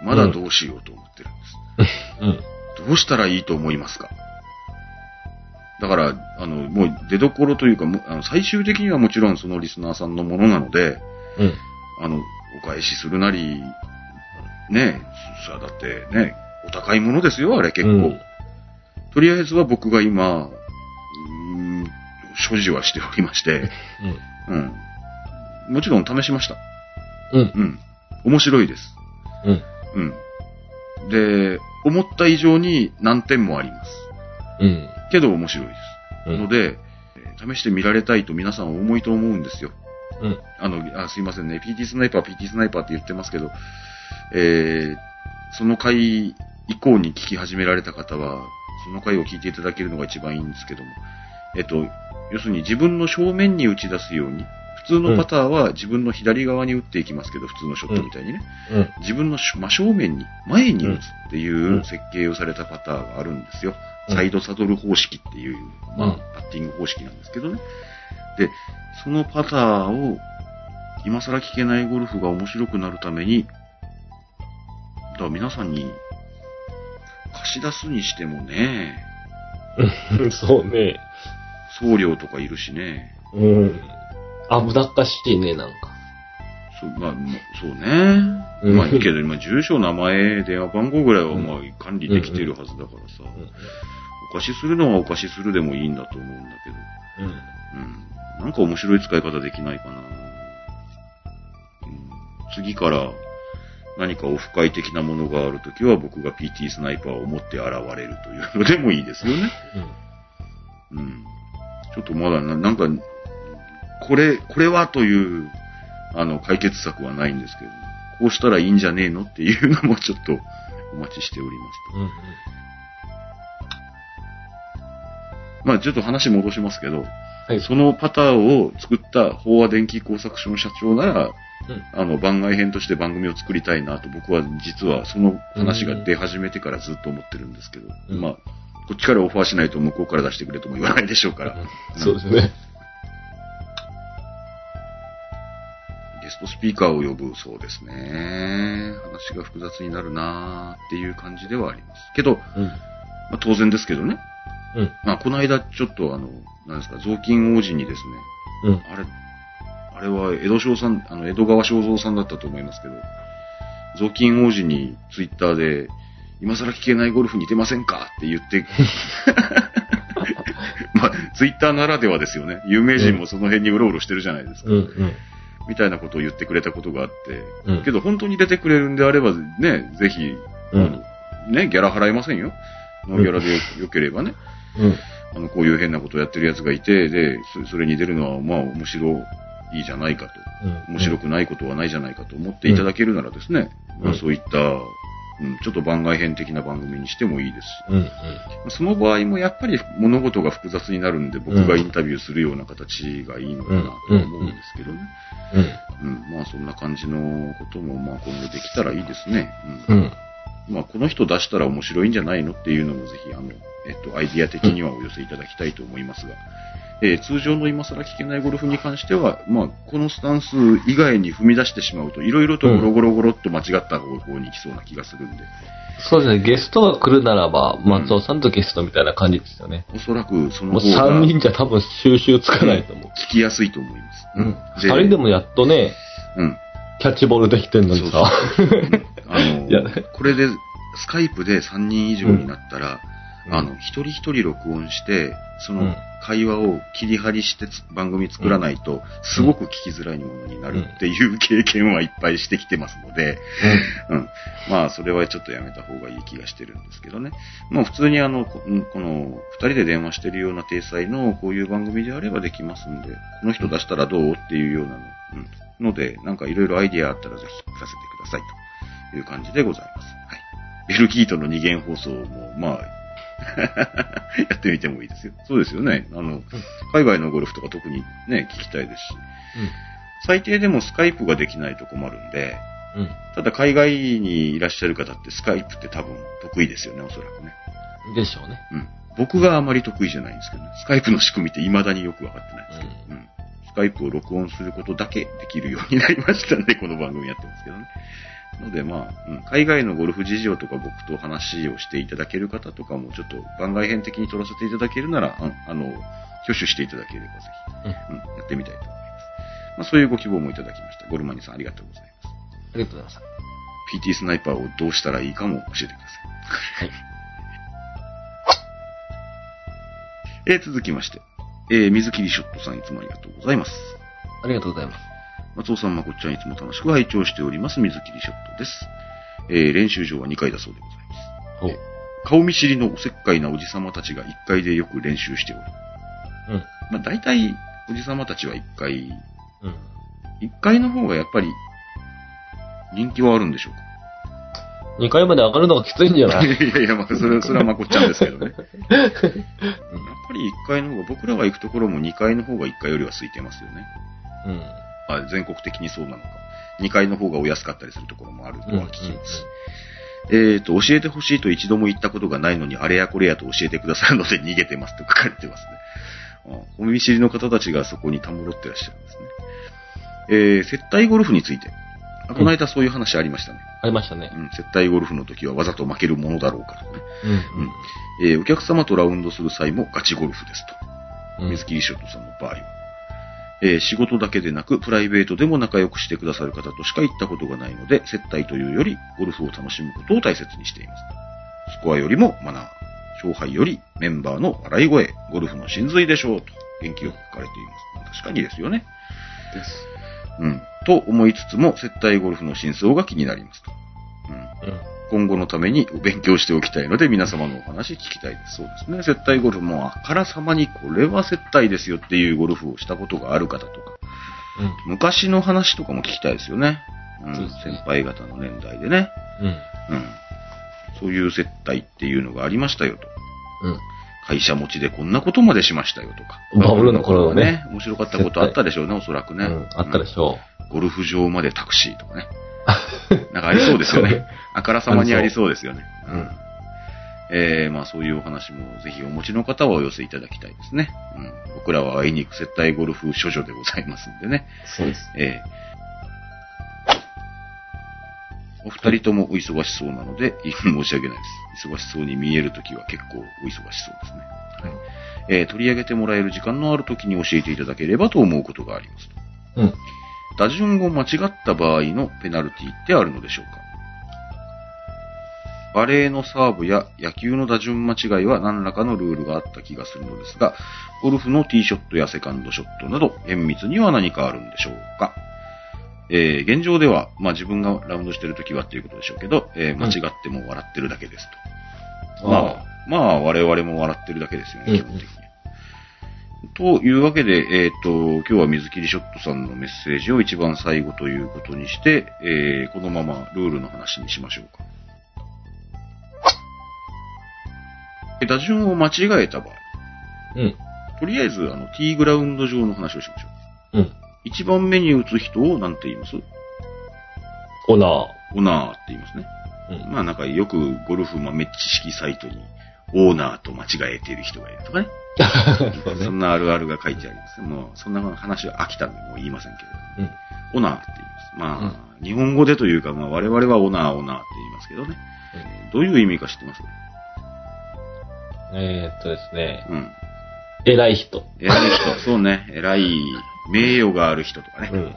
Speaker 2: まだどうしようと思ってるんです。
Speaker 3: うん。
Speaker 2: どうしたらいいと思いますかだから、あの、もう出どころというか、もうあの最終的にはもちろんそのリスナーさんのものなので、
Speaker 3: うん。
Speaker 2: あの、お返しするなり、ねえ、さだってね、お高いものですよ、あれ結構。
Speaker 3: うん
Speaker 2: とりあえずは僕が今、うーん所持はしておりま して、うん。もちろん試しました。
Speaker 3: うん。うん。
Speaker 2: うん。面白いです。
Speaker 3: うん。
Speaker 2: うん。で、思った以上に難点もあります。
Speaker 3: うん。
Speaker 2: けど面白いです。
Speaker 3: うん。
Speaker 2: ので、えー試してみられたいと皆さんお思いと思うんですよ。
Speaker 3: うん。
Speaker 2: あの、あすいませんね、PT スナイパー、PT スナイパーって言ってますけど、えー、その回以降に聞き始められた方は、その回を聞いていただけるのが一番いいんですけども、えっと、要するに自分の正面に打ち出すように、普通のパターは自分の左側に打っていきますけど、普通のショットみたいにね、
Speaker 3: うん。
Speaker 2: 自分の真正面に、前に打つって
Speaker 3: う
Speaker 2: いうん設計をされたパターンがあるんですよ。
Speaker 3: うん
Speaker 2: サイドサドル方式っていう、ま
Speaker 3: う
Speaker 2: あ
Speaker 3: ん、
Speaker 2: パッティング方式なんですけどね。で、そのパターを、今更聞けないゴルフが面白くなるために、だから皆さんに、貸し出すにしてもね、
Speaker 3: うん。そうね。
Speaker 2: 送料とかいるしね、
Speaker 3: うん。危なっかしいね、なんか。
Speaker 2: そう、まあ、もうそうね。
Speaker 3: うん
Speaker 2: まあいいけど、今、住所、名前、電話番号ぐらいは、
Speaker 3: うん
Speaker 2: まあ、管理できてるはずだからさ、
Speaker 3: うん。
Speaker 2: お貸しするのはお貸しするでもいいんだと思うんだけど、
Speaker 3: う
Speaker 2: う
Speaker 3: ん。
Speaker 2: ん。なんか面白い使い方できないかな、うん、次から何かオフ会的なものがあるときは僕が PT スナイパーを持って現れるというのでもいいですよね。うん。ちょっとまだな、なんか、これ、これはという、あの、解決策はないんですけれども、こうしたらいいんじゃねえのっていうのもちょっとお待ちしておりますと。
Speaker 3: うん。うん。
Speaker 2: まあちょっと話戻しますけど、
Speaker 3: はい、
Speaker 2: そのパターを作った飽和電気工作所の社長なら、
Speaker 3: う
Speaker 2: あの、番外編として番組を作りたいなと僕は実はその話が出始めてからずっと思ってるんですけど、
Speaker 3: うん
Speaker 2: まあ、こっちからオファーしないと向こうから出してくれとも言わないでしょうから、
Speaker 3: そうですね。
Speaker 2: ゲストスピーカーを呼ぶそうですね。話が複雑になるなーっていう感じではあります。けど、
Speaker 3: うん。
Speaker 2: まあ、当然ですけどね。
Speaker 3: うん。
Speaker 2: まあ、この間ちょっとあの、なんですか、雑巾王子にです
Speaker 3: う
Speaker 2: ね
Speaker 3: ん、
Speaker 2: あれ、あれは江戸正さん、あの、江戸川正蔵さんだったと思いますけど、雑巾王子にツイッターで、今更聞けないゴルフ似てませんかって言って、 まあ、ツイッターならではですよね。有名人もその辺にうろうろしてるじゃないですか。
Speaker 3: うん。
Speaker 2: みたいなことを言ってくれたことがあって、
Speaker 3: うん。
Speaker 2: けど本当に出てくれるんであれば、ね、ぜひ、
Speaker 3: うん。
Speaker 2: ね、ギャラ払いませんよ。ノーギャラでよよければね。
Speaker 3: うん。
Speaker 2: あの、こういう変なことをやってる奴がいて、で、そそれに出るのは、まあ、面白いじゃないかと。
Speaker 3: うん。
Speaker 2: 面白くないことはないじゃないかと思っていただけるならですね、
Speaker 3: うん
Speaker 2: まあそういった、うん、ちょっと番外編的な番組にしてもいいですし
Speaker 3: うん。うん。
Speaker 2: まあ、その場合もやっぱり物事が複雑になるんで、僕がインタビューするような形がいいのかなと思うんですけどね。うん、まあそんな感じのことも、まあ今後できたらいいですね。
Speaker 3: う
Speaker 2: うん
Speaker 3: ん。
Speaker 2: まあ、この人出したら面白いんじゃないのっていうのもぜひ、あの、えっと、アイディア的にはお寄せいただきたいと思いますが、えー通常の今更聞けないゴルフに関しては、まあ、このスタンス以外に踏み出してしまうと、いろいろとゴロゴロゴロっと間違った方向に行きそうな気がするんで、
Speaker 3: そうですね。ゲストが来るならば、松尾さんとゲストみたいな感じですよね。
Speaker 2: おそらくその
Speaker 3: もう
Speaker 2: 方が
Speaker 3: 3
Speaker 2: 聞
Speaker 3: 人じゃ多分収集つかないと思う。
Speaker 2: きやすいと思います。
Speaker 3: うん。
Speaker 2: で
Speaker 3: 2人でもやっとね、
Speaker 2: うん。
Speaker 3: キャッチボールできてんのにさ。
Speaker 2: あの
Speaker 3: いや、
Speaker 2: これで、スカイプで3人以上になったら、
Speaker 3: うん
Speaker 2: あの、一人一人録音して、そうの
Speaker 3: ん
Speaker 2: 会話を切り張りしてつ番組作らないと、すごく聞きづらいものになるっていう経験はいっぱいしてきてますので、うん。まあ、それはちょっとやめた方がいい気がしてるんですけどね。まあ、普通にあの、ここの、二人で電話してるような体裁の、こういう番組であればできますんで、この人出したらどうっていうようなの、うん。ので、なんかいろいろアイディアあったらぜひ聞かせてくださいという感じでございます。はい。ベルギートの二元放送も、まあ、 やってみてもいいですよ。そうですよね。あの、海外のゴルフとか特にね、聞きたいですし、最低でもスカイプができないと困るんで、
Speaker 3: うん。うん。
Speaker 2: ただ海外にいらっしゃる方ってスカイプって多分得意ですよね、おそらくね。
Speaker 3: でしょうね。
Speaker 2: うん。僕があまり得意じゃないんですけどね。スカイプの仕組みって未だによくわかってないんですけど。うん。スカイプを録音することだけできるようになりましたんで、 この番組やってますけどね。のでまあ、うん、海外のゴルフ事情とか僕と話をしていただける方とかもちょっと番外編的に取らせていただけるなら、ああの、挙手していただければぜひ、うん、やってみたいと思います。まあそういうご希望もいただきました。ゴルマニさんありがとうございます。
Speaker 3: ありがとうございました。
Speaker 2: PT スナイパーをどうしたらいいかも教えてください。
Speaker 3: はい
Speaker 2: えー続きまして、えー水切りショットさんいつもありがとうございます。
Speaker 3: ありがとうございます。
Speaker 2: 松尾さん、まこっちゃんいつも楽しく拝聴しております。水切りショットです。えー練習場は2回だそうでございます。
Speaker 3: ほう。
Speaker 2: 顔見知りのおせっかいなおじさまたちが1階でよく練習しておる。
Speaker 3: うん。
Speaker 2: まあ大体、おじさまたちは1階、
Speaker 3: うん。
Speaker 2: 1階の方がやっぱり人気はあるんでしょうか
Speaker 3: 2回まで上がるのがきついんじゃな い
Speaker 2: いやいや、まあ、それは、それはまこっちゃんですけどね。 やっぱり1階の方が、僕らが行くところも2階の方が1階よりは空いてますよね。
Speaker 3: うん。
Speaker 2: まあ、全国的にそうなのか。2階の方がお安かったりするところもあるとは聞きます。えっと、教えてほしいと一度も言ったことがないのに、あれやこれやと教えてくださるので逃げてますと書かれてますね。あお見知りの方たちがそこにたむろってらっしゃるんですね。えー接待ゴルフについて。あこの間そういう話ありましたね。
Speaker 3: ありましたね
Speaker 2: う。ん、接待ゴルフの時はわざと負けるものだろうからね。
Speaker 3: うん。
Speaker 2: えーお客様とラウンドする際もガチゴルフですと。
Speaker 3: うん。
Speaker 2: 水切りショットさんの場合は。えー仕事だけでなく、プライベートでも仲良くしてくださる方としか行ったことがないので、接待というより、ゴルフを楽しむことを大切にしています。スコアよりもマナー、勝敗よりメンバーの笑い声、ゴルフの真髄でしょうと、元気よく書かれています。確かにですよね。
Speaker 3: です。
Speaker 2: うん。と思いつつも、接待ゴルフの真相が気になりますと。うん。
Speaker 3: うん。
Speaker 2: 今後のためにお勉強しておきたいので、皆様のお話聞きたいです。そうですね。接待ゴルフも、あからさまにこれは接待ですよっていうゴルフをしたことがある方とか、昔の話とかも聞きたいですよね。うん、
Speaker 3: そうですね
Speaker 2: 先輩方の年代でね。
Speaker 3: うん。
Speaker 2: うん。そういう接待っていうのがありましたよと。
Speaker 3: うん。
Speaker 2: 会社持ちでこんなことまでしましたよとか。
Speaker 3: バブルの頃はね。
Speaker 2: 面白かったことあったでしょうね、おそらく
Speaker 3: う
Speaker 2: ね。
Speaker 3: ん。あったでしょ
Speaker 2: ゴルフ場までタクシーとかね。なんかありそうです よね。あからさまにありそうですよね。
Speaker 3: う。うん。
Speaker 2: えー、まあそういうお話もぜひお持ちの方はお寄せいただきたいですね。うん、僕らはあいにく接待ゴルフ処女でございますんでね。
Speaker 3: そうです。
Speaker 2: えお二人ともお忙しそうなので、申し訳ないです。忙しそうに見えるときは結構お忙しそうですね。はいえー取り上げてもらえる時間のあるときに教えていただければと思うことがあります。
Speaker 3: うん。
Speaker 2: 打順を間違った場合のペナルティってあるのでしょうかバレーのサーブや野球の打順間違いは何らかのルールがあった気がするのですが、ゴルフのティーショットやセカンドショットなど、厳密には何かあるんでしょうかえー現状では、まあ自分がラウンドしてるときはっていうことでしょうけど、えー間違っても笑ってるだけですと。まあ、まあ我々も笑ってるだけですよね、
Speaker 3: うん
Speaker 2: 基本的に。というわけで、えっ、と、今日は水切りショットさんのメッセージを一番最後ということにして、えーこのままルールの話にしましょうか。打順を間違えた場合、
Speaker 3: うん。
Speaker 2: とりあえず、あの、T グラウンド上の話をしましょう。
Speaker 3: うん。
Speaker 2: 一番目に打つ人を何て言います
Speaker 3: オナ
Speaker 2: オナーって言いますね。
Speaker 3: ー。うん。
Speaker 2: まあなんかよくゴルフ豆知識サイトにオーナーと間違えている人がいるとか ね。
Speaker 3: そう
Speaker 2: そ
Speaker 3: ね。
Speaker 2: んなあるあるが書いてあります。もうそんな話は飽きたんでもう言いませんけれど。
Speaker 3: うん。
Speaker 2: オナーって言います。まあ、日本語でというか、まあ我々はオナーオナーって言いますけどね。どういう意味か知ってます
Speaker 3: えーっとですね、
Speaker 2: うん。
Speaker 3: 偉い人。
Speaker 2: 偉い 人、そうね。偉い、名誉がある人とかね。
Speaker 3: うん。うん。
Speaker 2: うん、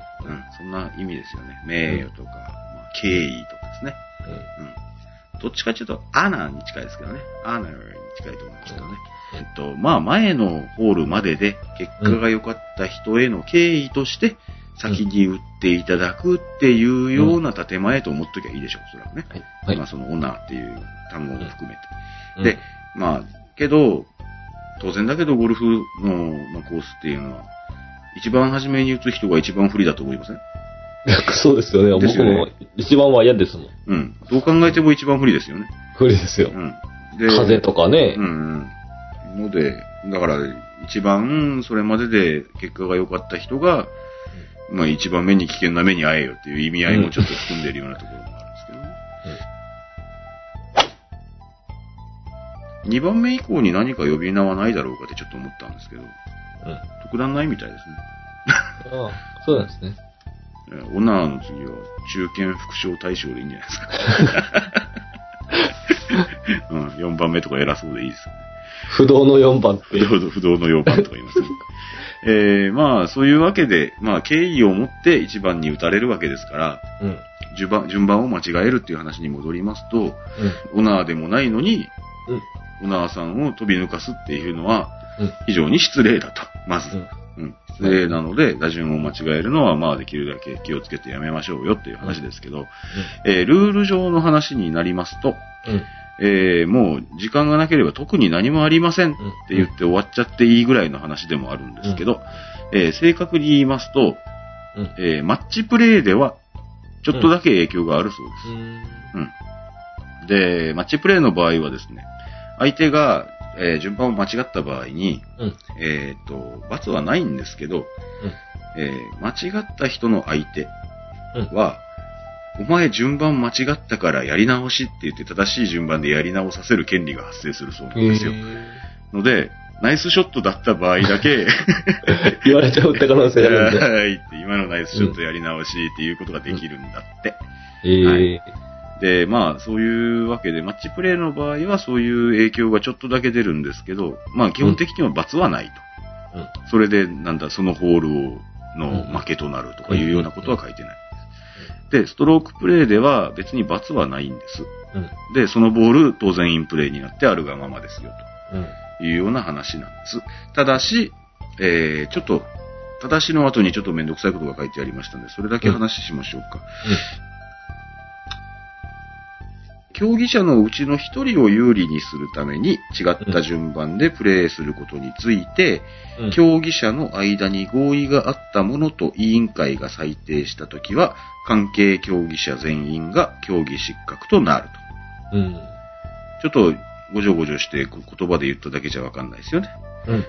Speaker 2: そんな意味ですよね。名誉とか、まあ、敬意とかですね。うん。どっちかというと、アナーに近いですけどね。アナーに近いと思いますけどね。
Speaker 3: うん
Speaker 2: えっと、まあ、前のホールまでで、結果が良かった人への敬意として、先に打っていただくっていうような建前と思っときゃいいでしょう、それはね。
Speaker 3: はい。
Speaker 2: 今、そのオナーっていう単語も含めて。
Speaker 3: うん
Speaker 2: で、まあ、けど、当然だけど、ゴルフの、まあ、コースっていうのは、一番初めに打つ人が一番不利だと思いません
Speaker 3: そうですよね。
Speaker 2: ですよね
Speaker 3: 僕も一番は嫌ですもん。
Speaker 2: うん。どう考えても一番不利ですよね。
Speaker 3: 不利ですよ
Speaker 2: う。ん。で
Speaker 3: 風とかね
Speaker 2: う。んうん。ので、だから、一番、それまでで結果が良かった人が、まあ一番目に危険な目に遭えよっていう意味合いもちょっと含んでるようなところもあるんですけどね。2番目以降に何か呼び名はないだろうかってちょっと思ったんですけど、
Speaker 3: うん。
Speaker 2: 特段ないみたいですね。
Speaker 3: ああそうなんですね。
Speaker 2: えーオナーの次は中堅副賞大賞でいいんじゃないですか。うん、4番目とか偉そうでいいですよね。
Speaker 3: 不動の4番って
Speaker 2: 不。動の不動の4番とか言いますね。 えーまあ、そういうわけで、まあ、敬意を持って1番に打たれるわけですから、
Speaker 3: うん。うん。
Speaker 2: 順番順番を間違えるっていう話に戻りますと、オナーでもないのに、
Speaker 3: うん
Speaker 2: オナーさんを飛び抜かすっていうのは
Speaker 3: うん、
Speaker 2: 非常に失礼だと、まず。
Speaker 3: うん
Speaker 2: うん、失礼なので、打順を間違えるのは、まあ、できるだけ気をつけてやめましょうよっていう話ですけど、えールール上の話になりますと、
Speaker 3: うん。
Speaker 2: えーもう時間がなければ特に何もありませんっ
Speaker 3: うん。
Speaker 2: て言って終わっちゃっていいぐらいの話でもあるんですけど、えー正確に言いますと、
Speaker 3: うん
Speaker 2: えーマッチプレーでは、ちょっとだけ影響があるそうです。
Speaker 3: うん。
Speaker 2: で、マッチプレイの場合はですね、相手が、えー順番を間違った場合に、
Speaker 3: うん
Speaker 2: えっ、と、罰はないんですけど、えー間違った人の相手は、お前順番間違ったからやり直しって言って正しい順番でやり直させる権利が発生するそうなん
Speaker 3: うん
Speaker 2: ですよ。ので、ナイスショットだった場合だ け、
Speaker 3: 言われちゃうって可能性あるん で。
Speaker 2: はいって今のナイスショットやり直しっていうことができるんだって。
Speaker 3: ええ。
Speaker 2: で、まあ、そういうわけで、マッチプレーの場合はそういう影響がちょっとだけ出るんですけど、まあ、基本的には罰はないと。
Speaker 3: うん
Speaker 2: それで、なんだ、そのホールを、の
Speaker 3: うん
Speaker 2: 負けとなるとかいうようなことは書いてないです。で、ストロークプレーでは別に罰はないんです。
Speaker 3: うん。
Speaker 2: で、そのボール、当然インプレーになってあるがままですよ、
Speaker 3: うん。
Speaker 2: というような話なんです。ただし、えー、ちょっと、ただしの後にちょっとめんどくさいことが書いてありましたので、それだけ話しましょうか。競技者のうちの一人を有利にするために違った順番でプレーすることについて、
Speaker 3: うん。
Speaker 2: 競技者の間に合意があったものと委員会が裁定したときは、関係競技者全員が競技失格となる
Speaker 3: うん。
Speaker 2: と。ちょっと、ごじょごじょしてこ言葉で言っただけじゃわかんないですよね。
Speaker 3: うん。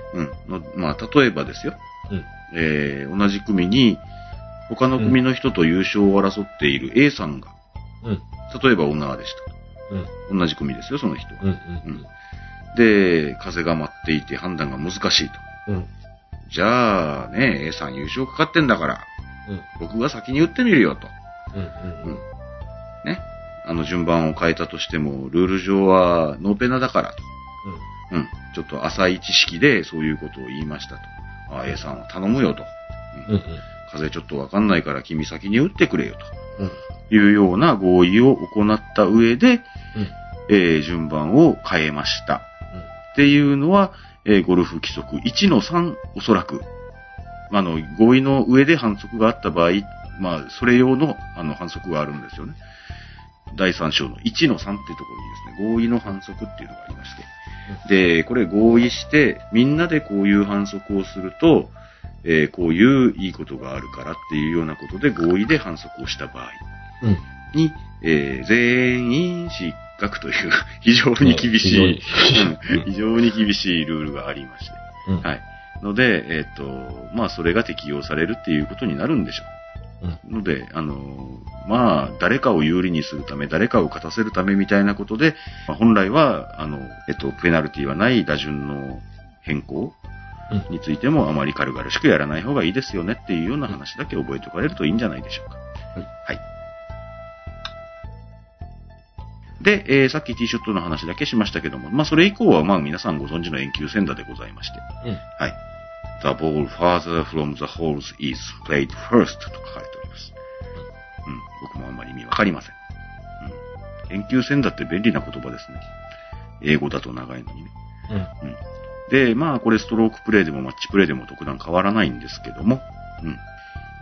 Speaker 2: うん。のまあ、例えばですよ。
Speaker 3: うん
Speaker 2: えー、同じ組に、他の組の人と優勝を争っている A さんが、
Speaker 3: うん。
Speaker 2: 例えば女でし
Speaker 3: うん。
Speaker 2: た。同じ組ですよ、その人は。
Speaker 3: うん。
Speaker 2: で、風が舞っていて判断が難しいと。
Speaker 3: うん。うん。
Speaker 2: じゃあね、A さん優勝かかってんだから、
Speaker 3: うん。
Speaker 2: 僕が先に打ってみるよと。
Speaker 3: うん。うん。
Speaker 2: ね。あの順番を変えたとしても、ルール上はノーペナだからと。うん。ちょっと浅い知識でそういうことを言いましたと。あ A さんは頼むよと。
Speaker 3: うん。うん。
Speaker 2: 風ちょっとわかんないから君先に打ってくれよ
Speaker 3: うん。
Speaker 2: というような合意を行った上で、
Speaker 3: うん。
Speaker 2: えー順番を変えました。っていうのは、えーゴルフ規則1の3、おそらく。まあ、あの、合意の上で反則があった場合、まあ、それ用の、あの、反則があるんですよね。第3章の1の3っていうところにですね、合意の反則っていうのがありまして。で、これ合意して、みんなでこういう反則をすると、えーこういういいことがあるからっていうようなことで合意で反則をした場合。
Speaker 3: うん。
Speaker 2: に、えー全員失格という非常に厳しい、
Speaker 3: ね
Speaker 2: うん
Speaker 3: 非常に
Speaker 2: 非常に厳しいルールがありまして。
Speaker 3: うん。うん。
Speaker 2: はい。ので、えっ、と、まあ、それが適用されるっていうことになるんでしょう。ので、あのーまあ、誰かを有利にするため、誰かを勝たせるためみたいなことで、まあ本来は、あの、えっ、と、ペナルティはない打順の変更
Speaker 3: うん
Speaker 2: についても、あまり軽々しくやらない方がいいですよねっていうような話だけ覚えておかれるといいんじゃないでしょうか。はい。で、えーさっき T ショットの話だけしましたけども、まあ、それ以降は、まあ、皆さんご存知の遠球戦打でございまして、
Speaker 3: うん。
Speaker 2: はい。The ball farther from the holes is played first と書かれております。うん。僕もあんまり意味わかりません。うん。遠球戦だって便利な言葉ですね。英語だと長いのにね。
Speaker 3: うん。
Speaker 2: で、まあ、これストロークプレイでもマッチプレイでも特段変わらないんですけども、うん。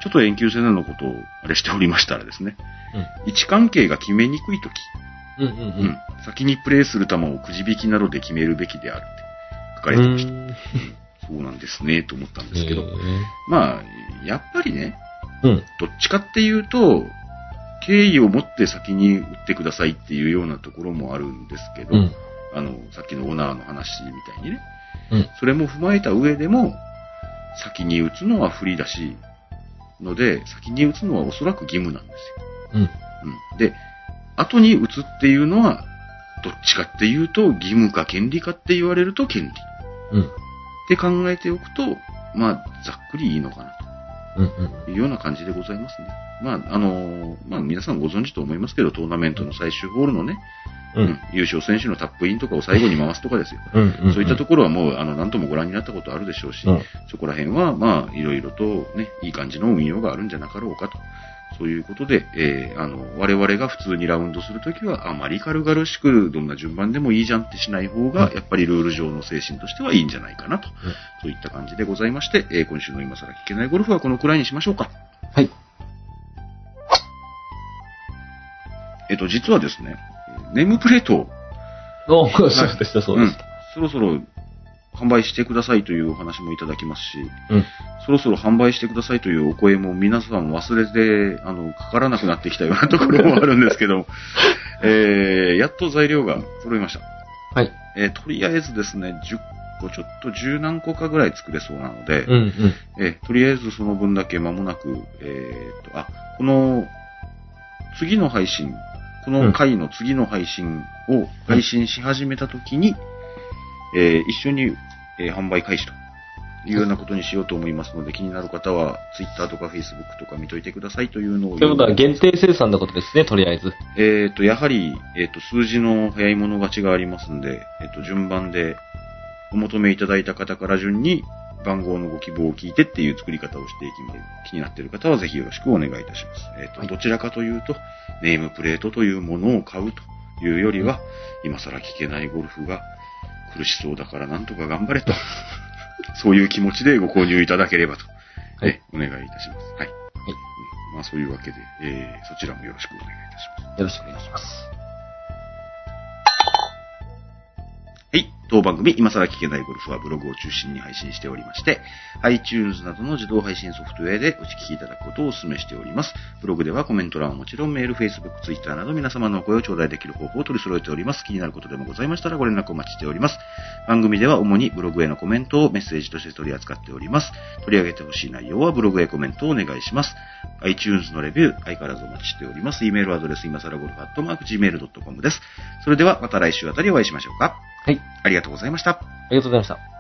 Speaker 2: ちょっと遠球戦のことをあれしておりましたらですね、位置関係が決めにくいとき、
Speaker 3: うん。うん。
Speaker 2: うん。先にプレイする球をくじ引きなどで決めるべきであるって書かれてました。そうなんですね、と思ったんですけど、まあ、やっぱりね、
Speaker 3: うん。
Speaker 2: どっちかっていうと、敬意を持って先に打ってくださいっていうようなところもあるんですけど、
Speaker 3: うん。
Speaker 2: あの、さっきのオナーの話みたいにね、
Speaker 3: うん
Speaker 2: それも踏まえた上でも、先に打つのは不利だし、ので、先に打つのはおそらく義務なんですよ。
Speaker 3: うん。
Speaker 2: うん、で、後に打つっていうのは、どっちかっていうと、義務か権利かって言われると権利。
Speaker 3: うん。
Speaker 2: って考えておくと、まあ、ざっくりいいのかな
Speaker 3: うん。うん。
Speaker 2: というような感じでございますね。まあ、あのーまあ、皆さんご存知と思いますけど、トーナメントの最終ホールのね、
Speaker 3: う
Speaker 2: うん
Speaker 3: ん。
Speaker 2: 優勝選手のタップインとかを最後に回すとかですよ。
Speaker 3: うん。うん。
Speaker 2: そういったところはもう、あの、何度もご覧になったことあるでしょうし、
Speaker 3: うん
Speaker 2: そこら辺は、まあ、いろいろとね、いい感じの運用があるんじゃなかろうかと。そういうことで、えーあの、我々が普通にラウンドするときは、あまり軽々しく、どんな順番でもいいじゃんってしない方が、
Speaker 3: うん
Speaker 2: やっぱりルール上の精神としてはいいんじゃないかなと。
Speaker 3: うん
Speaker 2: そういった感じでございまして、えー今週の今更聞けないゴルフはこのくらいにしましょうか。
Speaker 3: はい。
Speaker 2: えっ、と、実はですね、ネームプレートを
Speaker 3: おそうでした、そうでし
Speaker 2: そろそろ販売してくださいというお話もいただきますし、
Speaker 3: うん
Speaker 2: そろそろ販売してくださいというお声も皆さん忘れて、あの、かからなくなってきたようなところもあるんですけ ど、えー、やっと材料が揃いました。
Speaker 3: た。はい。
Speaker 2: えー、とりあえずですね、10個、ちょっと10何個かぐらい作れそうなので、
Speaker 3: うん。うん。
Speaker 2: えーとりあえずその分だけ間もなく、えー、と、あ、この、次の配信、この回の次の配信を配信し始めたときに、えー一緒に、えー販売開始というようなことにしようと思いますので、気になる方は Twitter とか Facebook とか見といてくださいというのを
Speaker 3: ということは限定生産のことですね、とりあえず。
Speaker 2: えっ、と、やはり、えっ、と、数字の早い者勝ちがありますんで、えっ、と、順番で、お求めいただいた方から順に、番号のご希望を聞いてっていう作り方をしていきます。気になっている方はぜひよろしくお願いいたします。えっ、と、
Speaker 3: はい
Speaker 2: どちらかというと、ネームプレートというものを買うというよりは、今更聞けないゴルフが苦しそうだからなんとか頑張れ と、そういう気持ちでご購入いただければと、
Speaker 3: はい
Speaker 2: えお願いいたします。はい。うんまあそういうわけで、えーそちらもよろしくお願いいたします。
Speaker 3: よろしくお願いします。
Speaker 2: はい。当番組、今更聞けないゴルフはブログを中心に配信しておりまして、iTunes などの自動配信ソフトウェアでお聞きいただくことをお勧めしております。ブログではコメント欄はもちろんメール、Facebook、Twitter など皆様のお声を頂戴できる方法を取り揃えております。気になることでもございましたらご連絡お待ちしております。番組では主にブログへのコメントをメッセージとして取り扱っております。取り上げてほしい内容はブログへコメントをお願いします。iTunes のレビュー、相変わらずお待ちしております。e メールアドレス、今更ゴルフアットマーク Gmail.com です。それではまた来週あたりお会いしましょうか。
Speaker 3: はい。
Speaker 2: ありがとうございました。
Speaker 3: ありがとうございました。